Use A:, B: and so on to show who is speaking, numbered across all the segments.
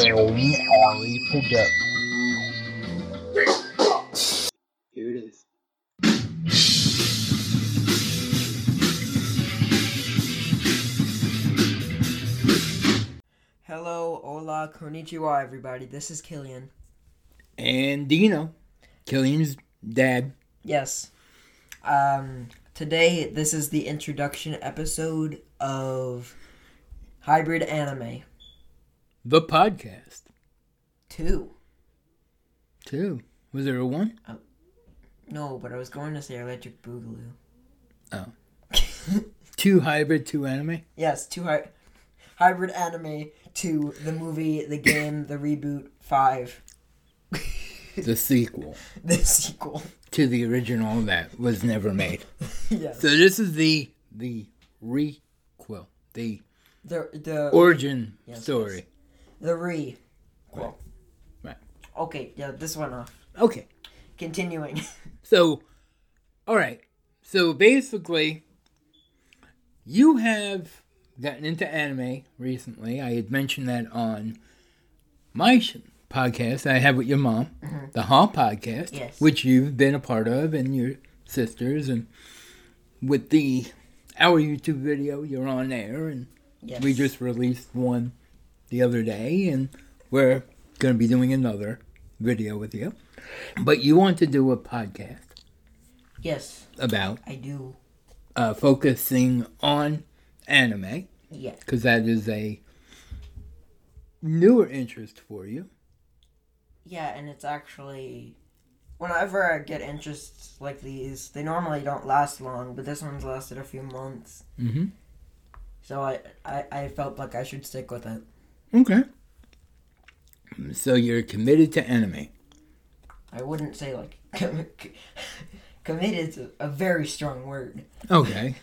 A: Gnarly product.
B: Here it is.
C: Hello, hola, konnichiwa, everybody. This is Killian.
A: And Dino, Killian's dad.
C: Yes. Um, today, this is the introduction episode of Hybrid Anime
A: The podcast,
C: 2.
A: too. Was there a one?
C: No, but I was going to say Electric Boogaloo.
A: Two hybrid, two anime?
C: Yes, 2 hy- Hybrid Anime 2, the movie, the game, the reboot 5,
A: The sequel
C: the sequel.
A: to the original that was never made.
C: yes.
A: So this is the the requel, the
C: The, the,
A: origin story.
C: the re. Well,
A: Right.
C: Okay, yeah, this one off.
A: Okay.
C: Continuing.
A: So, all right. So basically, you have gotten into anime recently. I had mentioned that on my sh- podcast that I have with your mom, the Hall podcast,
C: Mm-hmm. Yes.
A: which you've been a part of, and your sisters, and with the our YouTube video, you're on there, and
C: Yes.
A: we just released one the other day, and we're going to be doing another video with you. But you want to do a podcast
C: Yes,
A: about
C: I do.
A: uh, focusing on anime
C: Yeah.
A: because that is a newer interest for you.
C: Yeah, and it's actually whenever I get interests like these, they normally don't last long, but this one's lasted a few months.
A: Mhm.
C: So I, I I felt like I should stick with it.
A: Okay. So you're committed to anime.
C: I wouldn't say like com- committed is a very strong word.
A: Okay.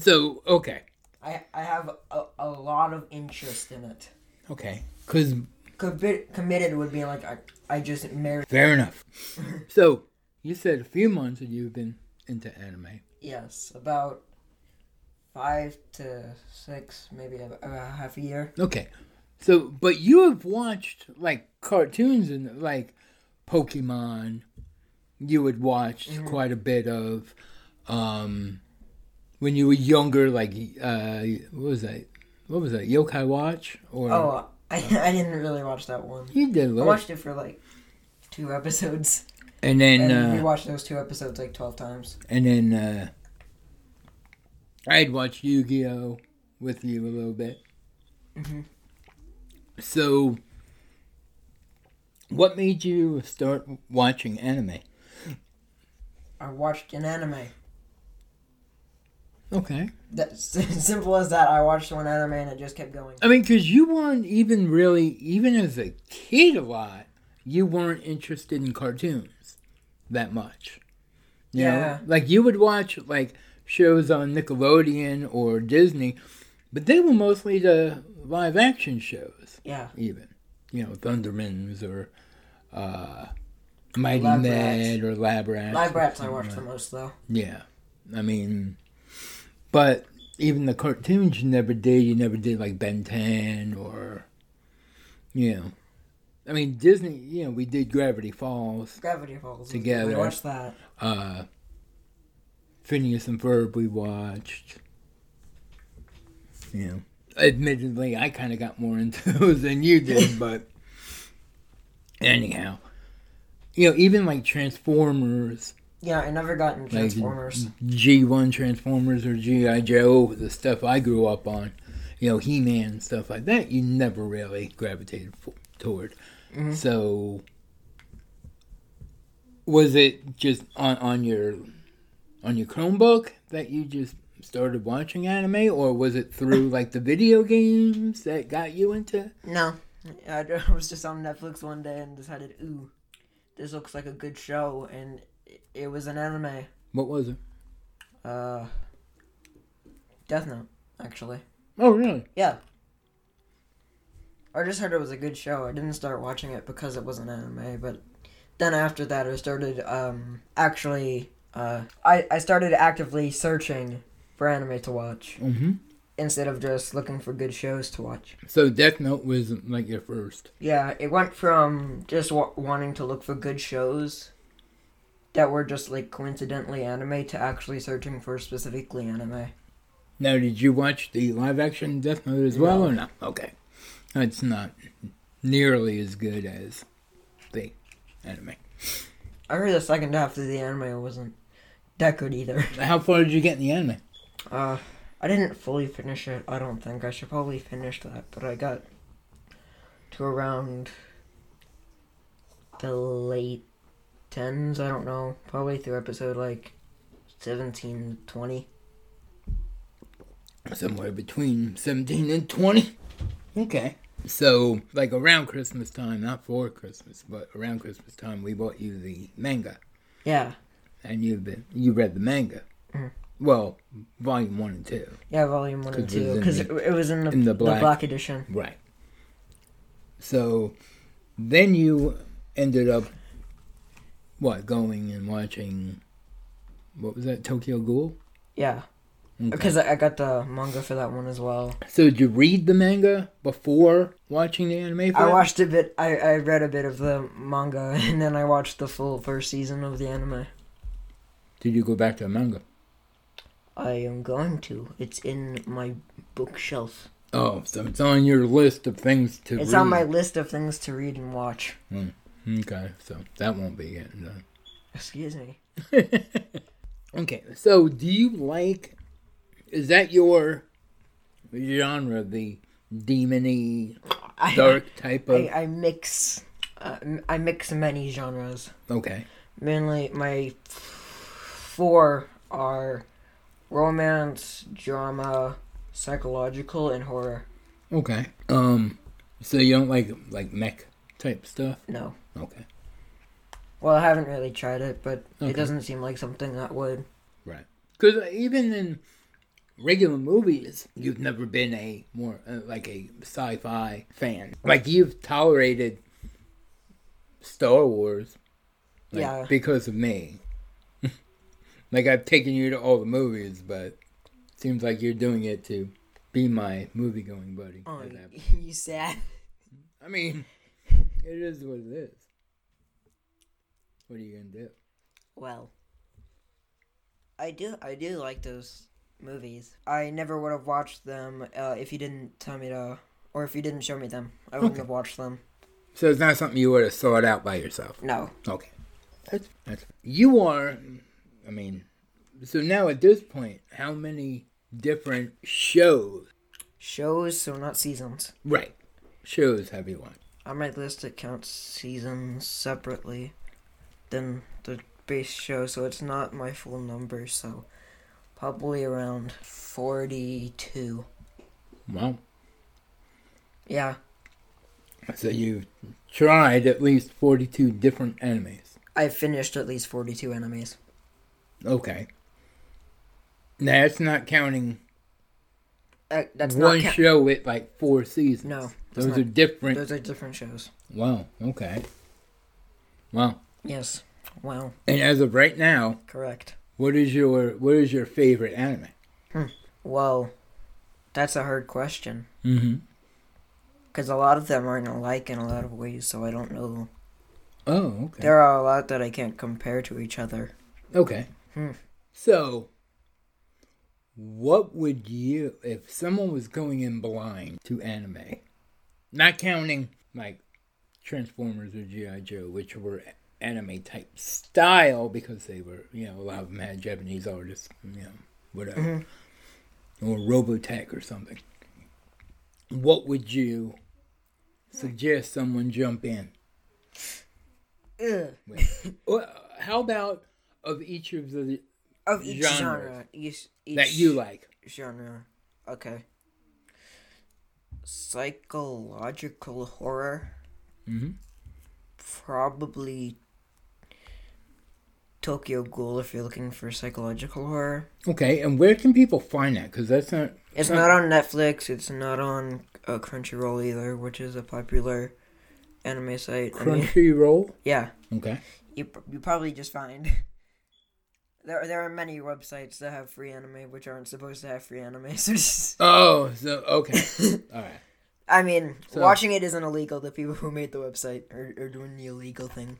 A: so okay,
C: I I have a, a lot of interest in it.
A: okay, because
C: Commi- committed would be like I I just married.
A: fair enough. so you said a few months that you've been into anime.
C: Yes, about five to six, maybe a, a half a year.
A: Okay. So, but you have watched like cartoons and like Pokemon. You had watched
C: Mm-hmm.
A: quite a bit of um when you were younger, like uh what was that? What was that? Yokai Watch or
C: Oh, I, I didn't really watch that one.
A: you did a
C: I
A: little.
C: watched it for like two episodes,
A: and then
C: and
A: uh,
C: we watched those two episodes like twelve times.
A: and then uh I had watched Yu-Gi-Oh with you a little bit.
C: Mhm.
A: So, what made you start watching anime?
C: I watched an anime.
A: Okay,
C: That's as simple as that. I watched one anime and it just kept going.
A: I mean, because you weren't even really, even as a kid, a lot. You weren't interested in cartoons that much. You know?
C: Yeah.
A: like you would watch like shows on Nickelodeon or Disney, but they were mostly the live action shows.
C: Yeah,
A: even. You know, Thundermans or uh, Mighty
C: Lab
A: Med or Lab Rats.
C: live rats I watched the most though.
A: Yeah. I mean, but even the cartoons you never did, you never did like Ben 10 or, you know. I mean, Disney, you know, we did Gravity Falls,
C: Gravity Falls. was-
A: Together.
C: We watched that.
A: uh, Phineas and Ferb we watched. You know, admittedly, I kind of got more into those than you did, but anyhow, you know, even like Transformers,
C: Yeah, I never got in
A: like mm.
C: Transformers.
A: G1 Transformers or G.I. Joe, the stuff I grew up on, you know, He Man, stuff like that, you never really gravitated f- toward.
C: Mhm.
A: So, was it just on, on your on your Chromebook that you just started watching anime, or was it through like the video games that got you into?
C: No, I d- I was just on Netflix one day and decided, ooh, this looks like a good show, and it, it was an anime.
A: What was it?
C: Uh, Death Note, actually.
A: Oh, really?
C: Yeah. I just heard it was a good show. I didn't start watching it because it was an anime, but then after that I started um actually uh I, I started actively searching for anime to watch.
A: Mm-hmm.
C: instead of just looking for good shows to watch.
A: So Death Note was like your first.
C: Yeah, it went from just wa wanting to look for good shows that were just like coincidentally anime to actually searching for specifically anime.
A: Now, did you watch the live action Death Note as well
C: No.
A: or not? Okay, it's not nearly as good as the anime.
C: I heard the second half of the anime wasn't that good either.
A: How far did you get in the anime?
C: Uh, I didn't fully finish it. I don't think I should probably finish that, but I got to around the late tens. I don't know, probably through episode like 17, 20.
A: Somewhere between seventeen and twenty. Okay. So, like around Christmas time, not for Christmas, but around Christmas time, we bought you the manga,
C: Yeah,
A: and you've been you read the manga.
C: Mhm.
A: Well, volume one and two.
C: yeah, volume one and
A: 'Cause it was
C: two,
A: in
C: because it,
A: the-
C: it was in the,
A: in the
C: the,
A: black.
C: black. edition.
A: Right. So then you ended up what going and watching what was that Tokyo Ghoul?
C: Yeah,
A: Okay.
C: because I, I got the manga for that one as well.
A: So did you read the manga before watching the anime? For
C: I
A: it?
C: watched a bit. I I read a bit of the manga, and then I watched the full first season of the anime.
A: Did you go back to the manga?
C: I am going to. It's in my bookshelf.
A: Oh, so it's on your list of things to.
C: It's
A: read.
C: on my list of things to read and watch.
A: Okay, so that won't be getting done.
C: Excuse me.
A: Okay, so do you like? Is that your genre? The demony
C: I,
A: dark type of.
C: I, I mix. Uh, m- I mix many genres.
A: Okay.
C: Mainly, my f- four are romance, drama, psychological, and horror.
A: Okay. Um. So you don't like like mech type stuff?
C: No.
A: Okay.
C: Well, I haven't really tried it, but
A: Okay.
C: it doesn't seem like something that would.
A: Right. Because uh, even in regular movies, you've never been a more uh, like a sci-fi fan. Like you've tolerated Star Wars, like,
C: Yeah.
A: because of me. like I've taken you to all the movies, but seems like you're doing it to be my movie-going buddy.
C: Oh,
A: As I-
C: you sad.
A: I mean, it is what it is. What are you gonna do?
C: Well, I do I do like those movies. I never would have watched them uh, if you didn't tell me to, or if you didn't show me them. I wouldn't
A: Okay.
C: have watched them.
A: So it's not something you would have sought out by yourself.
C: No.
A: Okay. That's, that's you are. I mean, so now at this point, how many different shows?
C: Shows, so not seasons.
A: Right, shows have you watched?
C: I might list it counts seasons separately than the base show, so it's not my full number, so probably around 42.
A: Well,
C: Yeah,
A: so you've tried at least forty-two different animes.
C: I finished at least 42 animes.
A: Okay. Now that's not counting
C: Uh, that's
A: one
C: not count.
A: show with like four seasons.
C: No, that's
A: those
C: not-
A: are different.
C: Those are different shows.
A: Wow. Okay. Wow.
C: Yes. Wow.
A: And as of right now,
C: Correct.
A: what is your what is your favorite anime?
C: Well, that's a hard question
A: Mm-hmm.
C: because a lot of them aren't alike in a lot of ways, so I don't know.
A: Oh, okay.
C: There are a lot that I can't compare to each other.
A: Okay.
C: Hmm.
A: So, what would you, if someone was going in blind to anime, not counting like Transformers or G.I. Joe, which were anime type style because they were, you know, a lot of them had Japanese artists, you know, whatever,
C: Mm-hmm.
A: or Robotech or something. What would you suggest someone jump in?
C: Ugh.
A: Well, how about of each of the
C: Of each
A: Genres.
C: genre, each, each
A: that you like?
C: genre. Okay. Psychological horror,
A: Mm-hmm.
C: probably Tokyo Ghoul if you're looking for psychological horror.
A: Okay, and where can people find that? Because that's not.
C: It's not on Netflix. It's not on uh, Crunchyroll either, which is a popular anime site. I mean,
A: Crunchyroll.
C: yeah,
A: Okay.
C: you pr- you probably just find There, there are many websites that have free anime which aren't supposed to have free anime. So just,
A: Oh, so okay, all right.
C: I mean,
A: So-
C: watching it isn't illegal. The people who made the website are, are doing the illegal thing.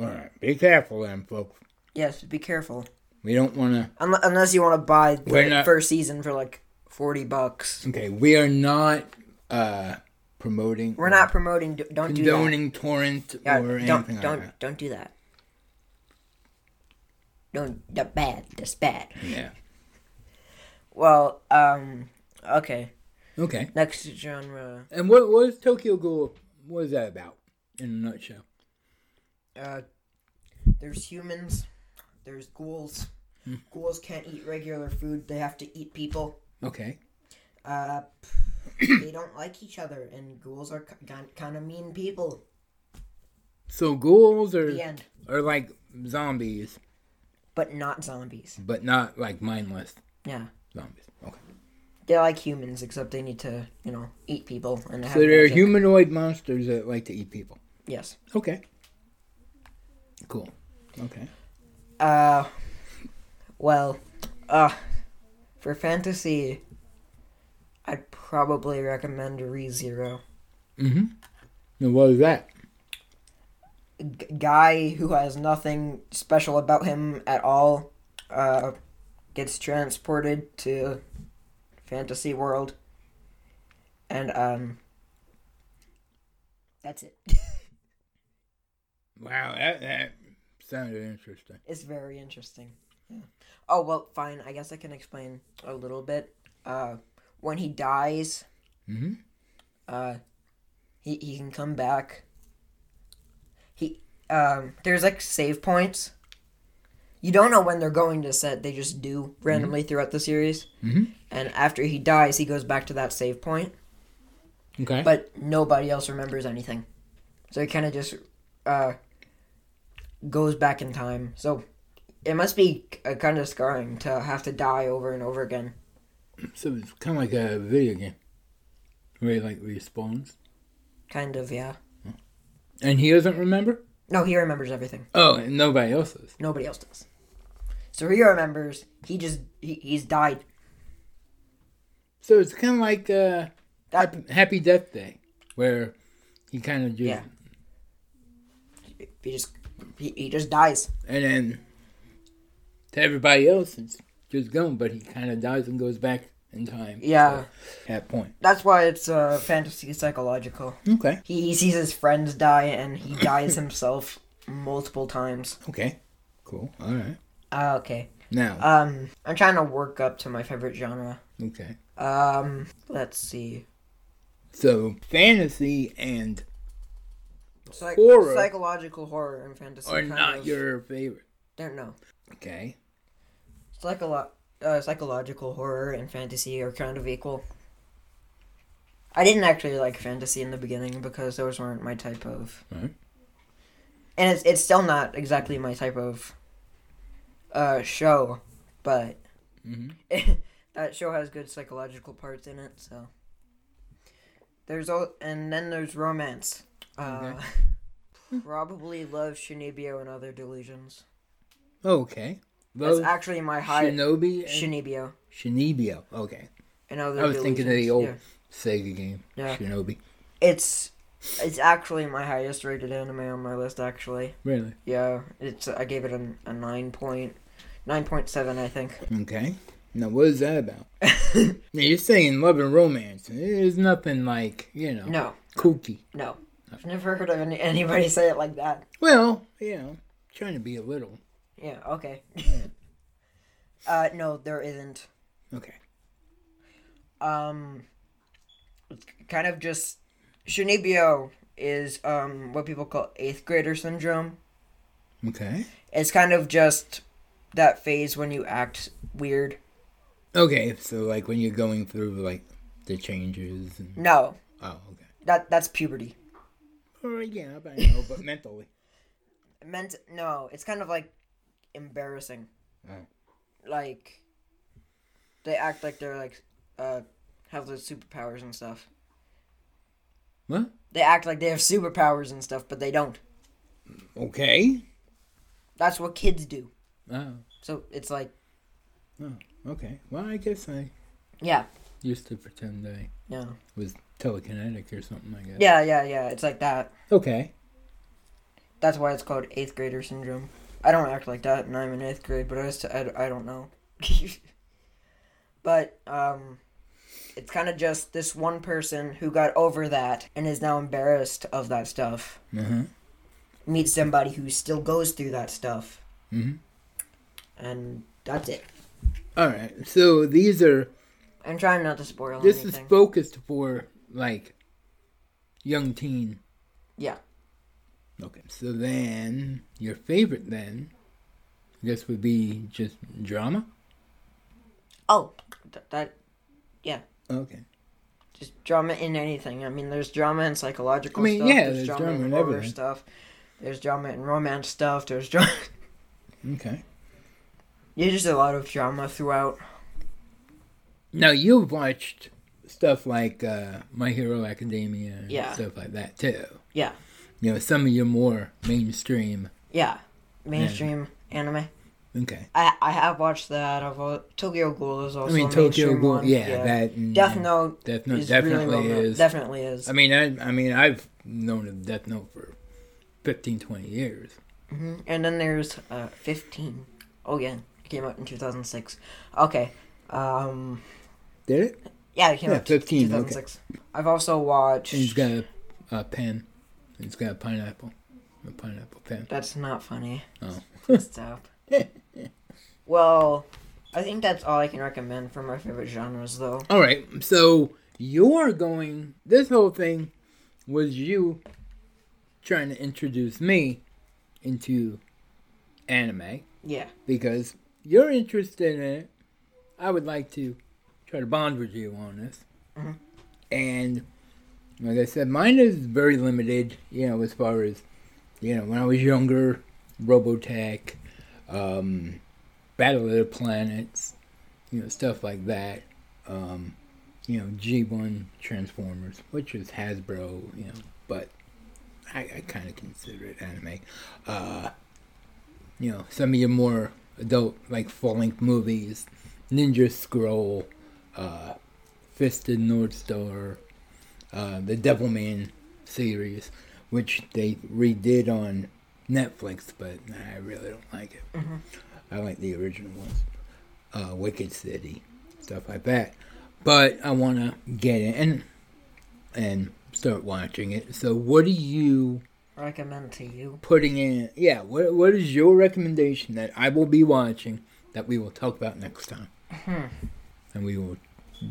A: All right, be careful then, folks.
C: Yes, be careful.
A: We don't want to.
C: Unle- unless you want to buy
A: We're
C: the
A: not-
C: first season for like forty bucks.
A: Okay, we are not uh promoting.
C: We're not promoting. d- Don't do that.
A: condoning torrent
C: Yeah,
A: or anything
C: don't
A: like
C: don't
A: that.
C: don't do that. Don't that's bad. That's bad.
A: Yeah.
C: Well, um, okay.
A: Okay.
C: Next genre,
A: And what what is Tokyo Ghoul? What is that about? In a nutshell.
C: uh, there's humans, there's ghouls.
A: Hmm.
C: Ghouls can't eat regular food; they have to eat people.
A: Okay.
C: Uh, they don't like each other, and ghouls are kind of mean people.
A: So ghouls are
C: The end.
A: are like zombies,
C: But not zombies.
A: but not like mindless
C: Yeah,
A: zombies. Okay.
C: they're like humans, except they need to, you know, eat people and have.
A: So they're
C: magic.
A: humanoid monsters that like to eat people.
C: Yes.
A: Okay. Cool. Okay.
C: Uh, well, uh, for fantasy, I'd probably recommend ReZero.
A: Mm-hmm. And what is that?
C: G- guy who has nothing special about him at all, uh, gets transported to fantasy world, and um, that's it.
A: Wow, that, that sounded interesting.
C: It's very interesting. Yeah. Oh well, fine. I guess I can explain a little bit. Uh, when he dies,
A: Mm-hmm.
C: uh he he can come back he um there's like save points you don't know when they're going to set they just do randomly throughout the series
A: Mhm.
C: and after he dies he goes back to that save point
A: Okay.
C: but nobody else remembers anything so he kind of just uh goes back in time so it must be kind of scarring to have to die over and over again
A: so it's kind of like a video game, where he like respawns,
C: kind of yeah
A: and he doesn't remember.
C: no he remembers everything
A: Oh, and nobody else is.
C: Nobody else does. So he remembers. He just he, he's died.
A: So it's kind of like uh,
C: That
A: Happy, Happy Death Day, where he kind of just
C: Yeah. he just he, he just dies.
A: and then to everybody else it's just gone, but he kind of dies and goes back in time.
C: Yeah,
A: at that point.
C: that's why it's uh, fantasy psychological.
A: Okay.
C: He, he sees his friends die and he dies himself multiple times.
A: Okay. Cool. All right.
C: Uh, okay.
A: Now.
C: Um, I'm trying to work up to my favorite genre.
A: okay.
C: Um, let's see.
A: So fantasy and
C: Psych-
A: Horror.
C: psychological horror and fantasy.
A: are
C: kind
A: not
C: of-
A: your favorite.
C: Don't know.
A: Okay.
C: Psycholo- uh, psychological horror and fantasy are kind of equal. I didn't actually like fantasy in the beginning because those weren't my type of.
A: Right.
C: And it's it's still not exactly my type of uh, show, but
A: hmm
C: that show has good psychological parts in it. So there's all, and then there's romance. Uh, probably love Shinibio and other delusions.
A: Oh, Okay.
C: That's
A: Those
C: actually my high
A: Shinobi and
C: Shinibio
A: Shinibio. Okay.
C: and other.
A: I was thinking of the
C: Delusions,
A: old
C: yeah.
A: Sega game.
C: Yeah.
A: Shinobi.
C: It's it's actually my highest rated anime on my list actually.
A: Really?
C: Yeah, it's I gave it a, a nine point nine point seven I think.
A: Okay. Now, what is that about? now, you're saying love and romance. There's nothing like, you know,
C: No,
A: kooky.
C: no. I've never heard of any, anybody say it like that.
A: Well, you know, trying to be a little.
C: Yeah, okay. uh no, there isn't.
A: Okay.
C: Um it's kind of just Shinibio is um what people call eighth grader syndrome.
A: Okay.
C: It's kind of just that phase when you act weird.
A: Okay, so like when you're going through like the changes. And,
C: No,
A: oh, okay.
C: that that's puberty.
A: Or yeah, but I know, but mentally.
C: meant no it's kind of like embarrassing
A: Oh.
C: like they act like they're like uh have those superpowers and stuff
A: What?
C: they act like they have superpowers and stuff but they don't
A: Okay.
C: that's what kids do
A: Oh,
C: So it's like,
A: okay. Well, I guess I
C: yeah,
A: used to pretend I
C: yeah,
A: was telekinetic or something like that.
C: yeah, yeah, yeah. It's like that.
A: Okay.
C: That's why it's called eighth grader syndrome. I don't act like that, and I'm in eighth grade, but I just I, I don't know. but um, it's kind of just this one person who got over that and is now embarrassed of that stuff.
A: Uh-huh.
C: Meets somebody who still goes through that stuff,
A: Mhm. Mm-hmm.
C: and that's it.
A: All right. So these are
C: I'm trying not to spoil
A: this is
C: anything.
A: focused for like young teen.
C: yeah,
A: Okay. So then your favorite then I guess would be just drama?
C: Oh, th- that, yeah.
A: Okay.
C: Just drama in anything. I mean, there's drama in psychological
A: I mean,
C: stuff.
A: yeah,
C: there's,
A: there's
C: drama,
A: drama
C: in
A: in
C: horror
A: everything.
C: stuff. There's drama in romance stuff. There's drama.
A: Okay.
C: There's just a lot of drama throughout.
A: Now you've watched stuff like uh, My Hero Academia and
C: Yeah.
A: stuff like that too.
C: Yeah.
A: You know, some of your more mainstream.
C: Yeah, mainstream anime.
A: Okay.
C: I I have watched that. I've al- Tokyo Ghoul is also.
A: I mean,
C: a
A: Tokyo
C: mainstream
A: Ghoul.
C: one.
A: Yeah, that. And,
C: Death
A: and
C: Note
A: Mm, Death Note
C: is
A: definitely
C: really well known.
A: is. Um,
C: Definitely is.
A: I mean, I, I mean, I've known of Death Note for 15, 20 years.
C: Mhm. And then there's uh, 15. Oh yeah, it came out in 2006. Okay. Um.
A: Did it?
C: Yeah, it came
A: Yeah,
C: out in
A: 15, okay.
C: 2006. I've also watched.
A: And he's got a, a pen. And He's got a pineapple. A pineapple pen.
C: That's not funny.
A: Oh.
C: Stop. well, I think that's all I can recommend for my favorite genres, though.
A: All right. So you're going. This whole thing was you trying to introduce me into anime
C: Yeah.
A: because you're interested in it. I would like to try to bond with you on this.
C: Mhm.
A: And like I said, mine is very limited, you know, as far as, you know, when I was younger, Robotech, um, Battle of the Planets, you know, stuff like that. Um, you know, G1 Transformers, which is Hasbro, you know, but I, I kind of consider it anime. Uh, you know, some of your more adult, like full length movies, Ninja Scroll, uh, Fisted North Star, uh, the Devilman series, which they redid on Netflix, but I really don't like it. I like the original ones, uh, Wicked City, stuff like that. But I want to get in and start watching it. So, what do you?
C: Recommend to you.
A: putting in yeah what, what is your recommendation that i will be watching that we will talk about next time
C: Hmm.
A: and we will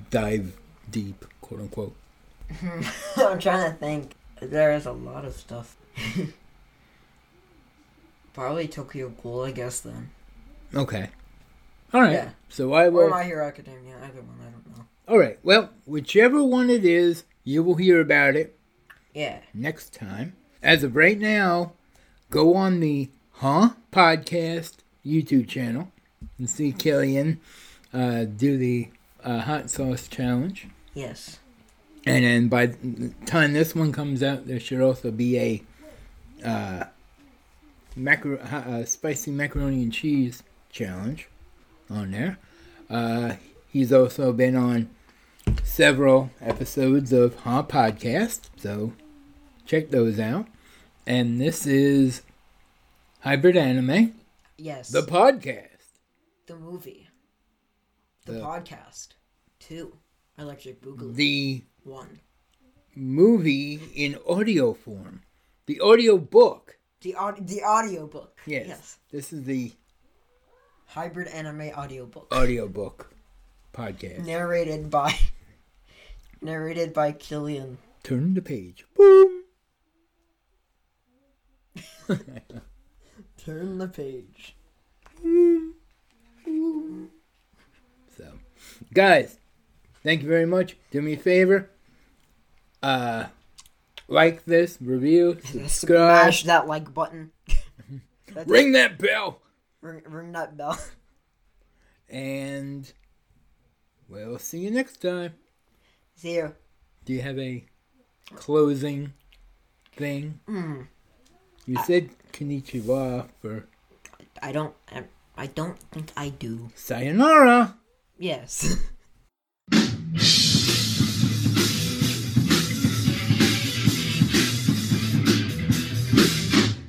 A: dive deep quote unquote
C: I'm trying to think. There is a lot of stuff. Probably Tokyo Ghoul, I guess, then.
A: okay all right
C: Yeah.
A: so i
C: Or
A: will
C: My Hero Academia, either one, I don't know.
A: all right well whichever one it is you will hear about it
C: Yeah.
A: next time as of right now go on the huh podcast youtube channel and see killian uh, do the uh, hot sauce challenge
C: Yes.
A: And then by the time this one comes out, there should also be a uh, macro- uh, spicy macaroni and cheese challenge on there. Uh, he's also been on several episodes of Huh Podcast, so check those out. And this is Hybrid Anime,
C: Yes.
A: the podcast.
C: the movie. The,
A: The-
C: podcast. Two. Electric Boogaloo.
A: The
C: one.
A: movie in audio form, the audio book.
C: The, aud- the audiobook.
A: Yes.
C: yes.
A: This is the
C: Hybrid anime audiobook.
A: Uh. audiobook podcast.
C: narrated by narrated by Killian.
A: Turn the page. Boom.
C: Turn the page.
A: So, guys, thank you very much. Do me a favor. Uh, like this, review, subscribe,
C: Smash that like button. That's
A: ring that bell,
C: Ring, ring that bell.
A: and we'll see you next time.
C: See you.
A: Do you have a closing thing?
C: Hmm.
A: You said konnichiwa for
C: I don't. I, I don't think I do.
A: Sayonara.
C: Yes.